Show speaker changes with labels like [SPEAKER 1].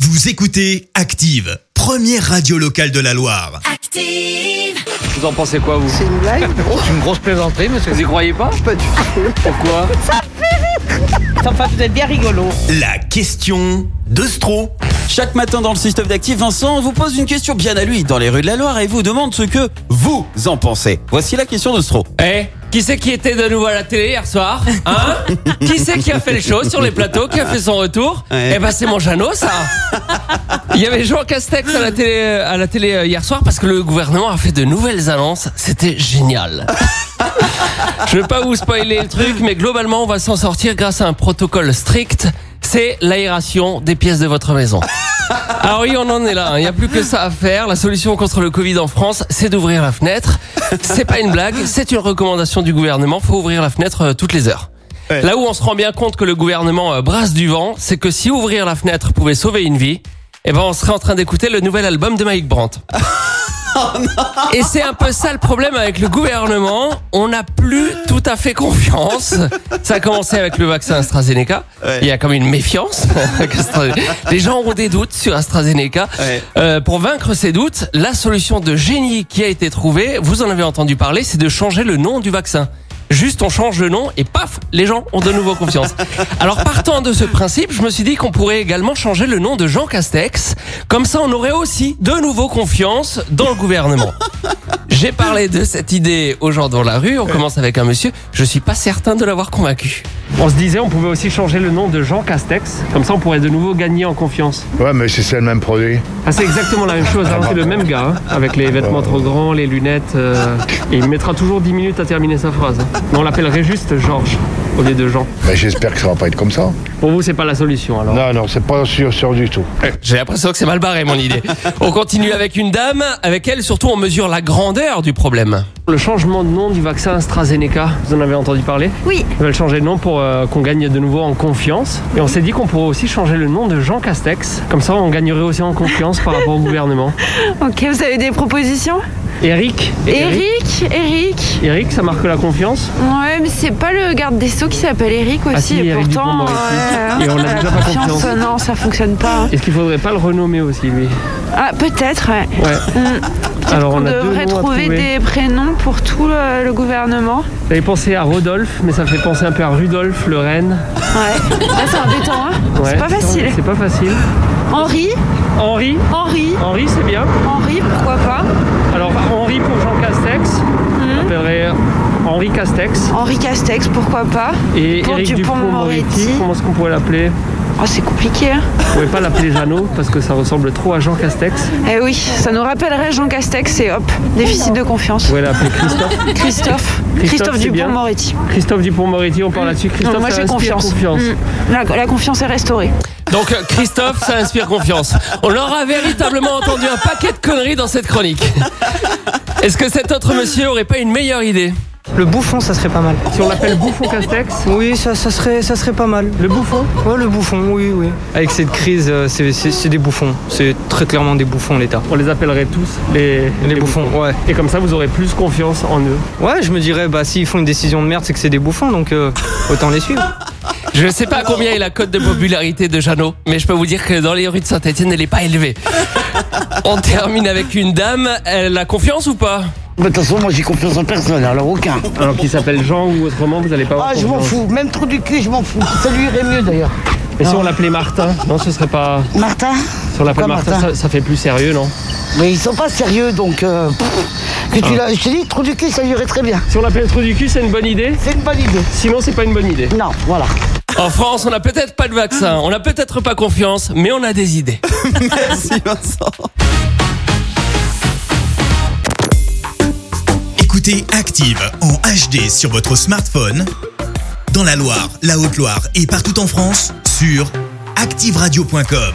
[SPEAKER 1] Vous écoutez Active, première radio locale de la Loire.
[SPEAKER 2] Active.
[SPEAKER 3] Vous en pensez quoi, vous
[SPEAKER 4] C'est une blague
[SPEAKER 5] C'est une grosse plaisanterie, monsieur.
[SPEAKER 3] Vous y croyez pas
[SPEAKER 4] Pas du tout.
[SPEAKER 3] Pourquoi
[SPEAKER 6] Enfin, vous êtes bien rigolo.
[SPEAKER 1] La question de Stro.
[SPEAKER 7] Chaque matin dans le système d'Active, Vincent vous pose une question bien à lui dans les rues de la Loire et vous demande ce que vous en pensez. Voici la question de Stro.
[SPEAKER 5] Eh, qui c'est qui était de nouveau à la télé hier soir Hein Qui c'est qui a fait le show sur les plateaux Qui a fait son retour
[SPEAKER 7] Ouais.
[SPEAKER 5] Eh ben c'est mon Jeannot, ça Il y avait Jean Castex à la télé, à la télé euh, hier soir parce que le gouvernement a fait de nouvelles annonces. C'était génial. Je vais pas vous spoiler le truc, mais globalement, on va s'en sortir grâce à un protocole strict. C'est l'aération des pièces de votre maison. Ah oui, on en est là. hein. Il n'y a plus que ça à faire. La solution contre le Covid en France, c'est d'ouvrir la fenêtre. C'est pas une blague, c'est une recommandation du gouvernement. Faut ouvrir la fenêtre euh, toutes les heures.
[SPEAKER 7] Ouais.
[SPEAKER 5] Là où on se rend bien compte que le gouvernement euh, brasse du vent, c'est que si ouvrir la fenêtre pouvait sauver une vie, eh ben on serait en train d'écouter le nouvel album de Mike Brandt. Et c'est un peu ça le problème avec le gouvernement. On n'a plus tout à fait confiance. Ça a commencé avec le vaccin AstraZeneca.
[SPEAKER 7] Ouais.
[SPEAKER 5] Il y a comme une méfiance. avec Astra- Les gens ont des doutes sur AstraZeneca.
[SPEAKER 7] Ouais.
[SPEAKER 5] Euh, pour vaincre ces doutes, la solution de génie qui a été trouvée, vous en avez entendu parler, c'est de changer le nom du vaccin. Juste on change le nom et paf, les gens ont de nouveau confiance. Alors partant de ce principe, je me suis dit qu'on pourrait également changer le nom de Jean Castex. Comme ça, on aurait aussi de nouveau confiance dans le gouvernement. J'ai parlé de cette idée aux gens dans la rue. On commence avec un monsieur. Je suis pas certain de l'avoir convaincu. On se disait, on pouvait aussi changer le nom de Jean Castex. Comme ça, on pourrait de nouveau gagner en confiance.
[SPEAKER 8] Ouais, mais si c'est le même produit.
[SPEAKER 5] Ah, c'est exactement la même chose, hein, c'est le même gars, hein, avec les vêtements trop grands, les lunettes. euh, et il mettra toujours 10 minutes à terminer sa phrase. Mais on l'appellerait juste Georges, au lieu de Jean.
[SPEAKER 8] Mais ben, j'espère que ça va pas être comme ça.
[SPEAKER 5] Pour vous, c'est pas la solution alors
[SPEAKER 8] Non, non, c'est pas sûr, sûr du tout.
[SPEAKER 5] J'ai l'impression que c'est mal barré mon idée. On continue avec une dame, avec elle surtout on mesure la grandeur du problème. Le changement de nom du vaccin AstraZeneca, vous en avez entendu parler
[SPEAKER 2] Oui.
[SPEAKER 5] Ils veulent changer de nom pour euh, qu'on gagne de nouveau en confiance. Et on s'est dit qu'on pourrait aussi changer le nom de Jean Castex. Comme ça, on gagnerait aussi en confiance par rapport au gouvernement.
[SPEAKER 9] Ok, vous avez des propositions
[SPEAKER 5] Eric
[SPEAKER 9] Eric, Eric.
[SPEAKER 5] Eric, ça marque la confiance
[SPEAKER 9] Ouais, mais c'est pas le garde des Sceaux qui s'appelle Eric aussi,
[SPEAKER 5] Ah si,
[SPEAKER 9] et
[SPEAKER 5] Éric
[SPEAKER 9] pourtant.
[SPEAKER 5] Dupond-Moretti.
[SPEAKER 9] ouais,
[SPEAKER 5] Et on l'a
[SPEAKER 9] la
[SPEAKER 5] déjà pas confiance.
[SPEAKER 9] euh, Non, ça fonctionne pas. hein.
[SPEAKER 5] Est-ce qu'il faudrait pas le renommer aussi, lui
[SPEAKER 9] Ah, peut-être, ouais.
[SPEAKER 5] Ouais.
[SPEAKER 9] Mm.
[SPEAKER 5] Alors
[SPEAKER 9] On
[SPEAKER 5] on a deux
[SPEAKER 9] devrait
[SPEAKER 5] noms à
[SPEAKER 9] trouver
[SPEAKER 5] trouver.
[SPEAKER 9] des prénoms pour tout le, le gouvernement.
[SPEAKER 5] J'avais pensé à Rodolphe, mais ça fait penser un peu à Rudolf, le reine.
[SPEAKER 9] Ouais. Là, c'est embêtant, hein.
[SPEAKER 5] Ouais.
[SPEAKER 9] C'est pas facile.
[SPEAKER 5] C'est pas facile.
[SPEAKER 9] Henri,
[SPEAKER 5] Henri
[SPEAKER 9] Henri,
[SPEAKER 5] Henri, c'est bien.
[SPEAKER 9] Henri, pourquoi pas
[SPEAKER 5] Alors Henri pour Jean Castex.
[SPEAKER 9] Hein
[SPEAKER 5] On appellerait Henri Castex.
[SPEAKER 9] Henri Castex, pourquoi pas
[SPEAKER 5] Et
[SPEAKER 9] Pour
[SPEAKER 5] Eric
[SPEAKER 9] Dupond-Moretti.
[SPEAKER 5] Dupont-Moretti, comment est-ce qu'on pourrait l'appeler
[SPEAKER 9] Oh, c'est compliqué, hein.
[SPEAKER 5] On pouvait pas l'appeler Jeannot parce que ça ressemble trop à Jean Castex.
[SPEAKER 9] Eh oui, ça nous rappellerait Jean Castex et hop, déficit de confiance.
[SPEAKER 5] On pouvait l'appeler Christophe.
[SPEAKER 9] Christophe.
[SPEAKER 5] Christophe,
[SPEAKER 9] Christophe,
[SPEAKER 5] c'est bien.
[SPEAKER 9] Dupont-Moretti.
[SPEAKER 5] Christophe Dupont-Moretti, on parle là-dessus. Christophe,
[SPEAKER 9] moi
[SPEAKER 5] ça
[SPEAKER 9] j'ai
[SPEAKER 5] inspire
[SPEAKER 9] confiance. Mm. La, la confiance est restaurée.
[SPEAKER 5] Donc euh, Christophe, ça inspire confiance. On aura véritablement entendu un paquet de conneries dans cette chronique. Est-ce que cet autre monsieur aurait pas une meilleure idée
[SPEAKER 10] Le bouffon, ça serait pas mal.
[SPEAKER 5] Si on l'appelle bouffon Castex
[SPEAKER 10] Oui, ça, ça, serait, ça serait pas mal.
[SPEAKER 5] Le bouffon
[SPEAKER 10] Ouais, le bouffon, oui, oui. Avec cette crise, euh, c'est- c'est c'est des bouffons. C'est très clairement des bouffons, l'État.
[SPEAKER 5] On les appellerait tous les,
[SPEAKER 10] Les, bouffons, ouais.
[SPEAKER 5] Et comme ça, vous aurez plus confiance en eux.
[SPEAKER 10] Ouais, je me dirais, bah, s'ils font une décision de merde, c'est que c'est des bouffons, donc euh, autant les suivre.
[SPEAKER 5] Je ne sais pas combien est la cote de popularité de Jeannot, mais je peux vous dire que dans les rues de Saint-Etienne, elle n'est pas élevée. On termine avec une dame. Elle a confiance ou pas
[SPEAKER 11] De toute façon, moi j'ai confiance en personne, alors aucun.
[SPEAKER 5] Alors qu'il s'appelle Jean ou autrement, vous n'allez pas avoir
[SPEAKER 11] Ah, je m'en fous, même trop du cul, je m'en fous. Ça lui irait mieux d'ailleurs.
[SPEAKER 5] Et si on l'appelait Martin Non, ce serait pas.
[SPEAKER 11] Martin
[SPEAKER 5] Si on l'appelle
[SPEAKER 11] Pourquoi
[SPEAKER 5] Martin, ça,
[SPEAKER 11] Martin
[SPEAKER 5] ça fait plus sérieux, non
[SPEAKER 11] Mais ils sont pas sérieux donc. euh, pff, que tu l'as- Je te dis, trop du cul, ça lui irait très bien.
[SPEAKER 5] Si on l'appelle Trou du cul, c'est une bonne idée
[SPEAKER 11] C'est une bonne idée.
[SPEAKER 5] Sinon, c'est pas une bonne idée.
[SPEAKER 11] Non, voilà.
[SPEAKER 5] En France, on n'a peut-être pas de vaccin, on n'a peut-être pas confiance, mais on a des idées.
[SPEAKER 7] Merci Vincent.
[SPEAKER 1] Écoutez Active en HD sur votre smartphone, dans la Loire, la Haute-Loire et partout en France, sur activeradio.com.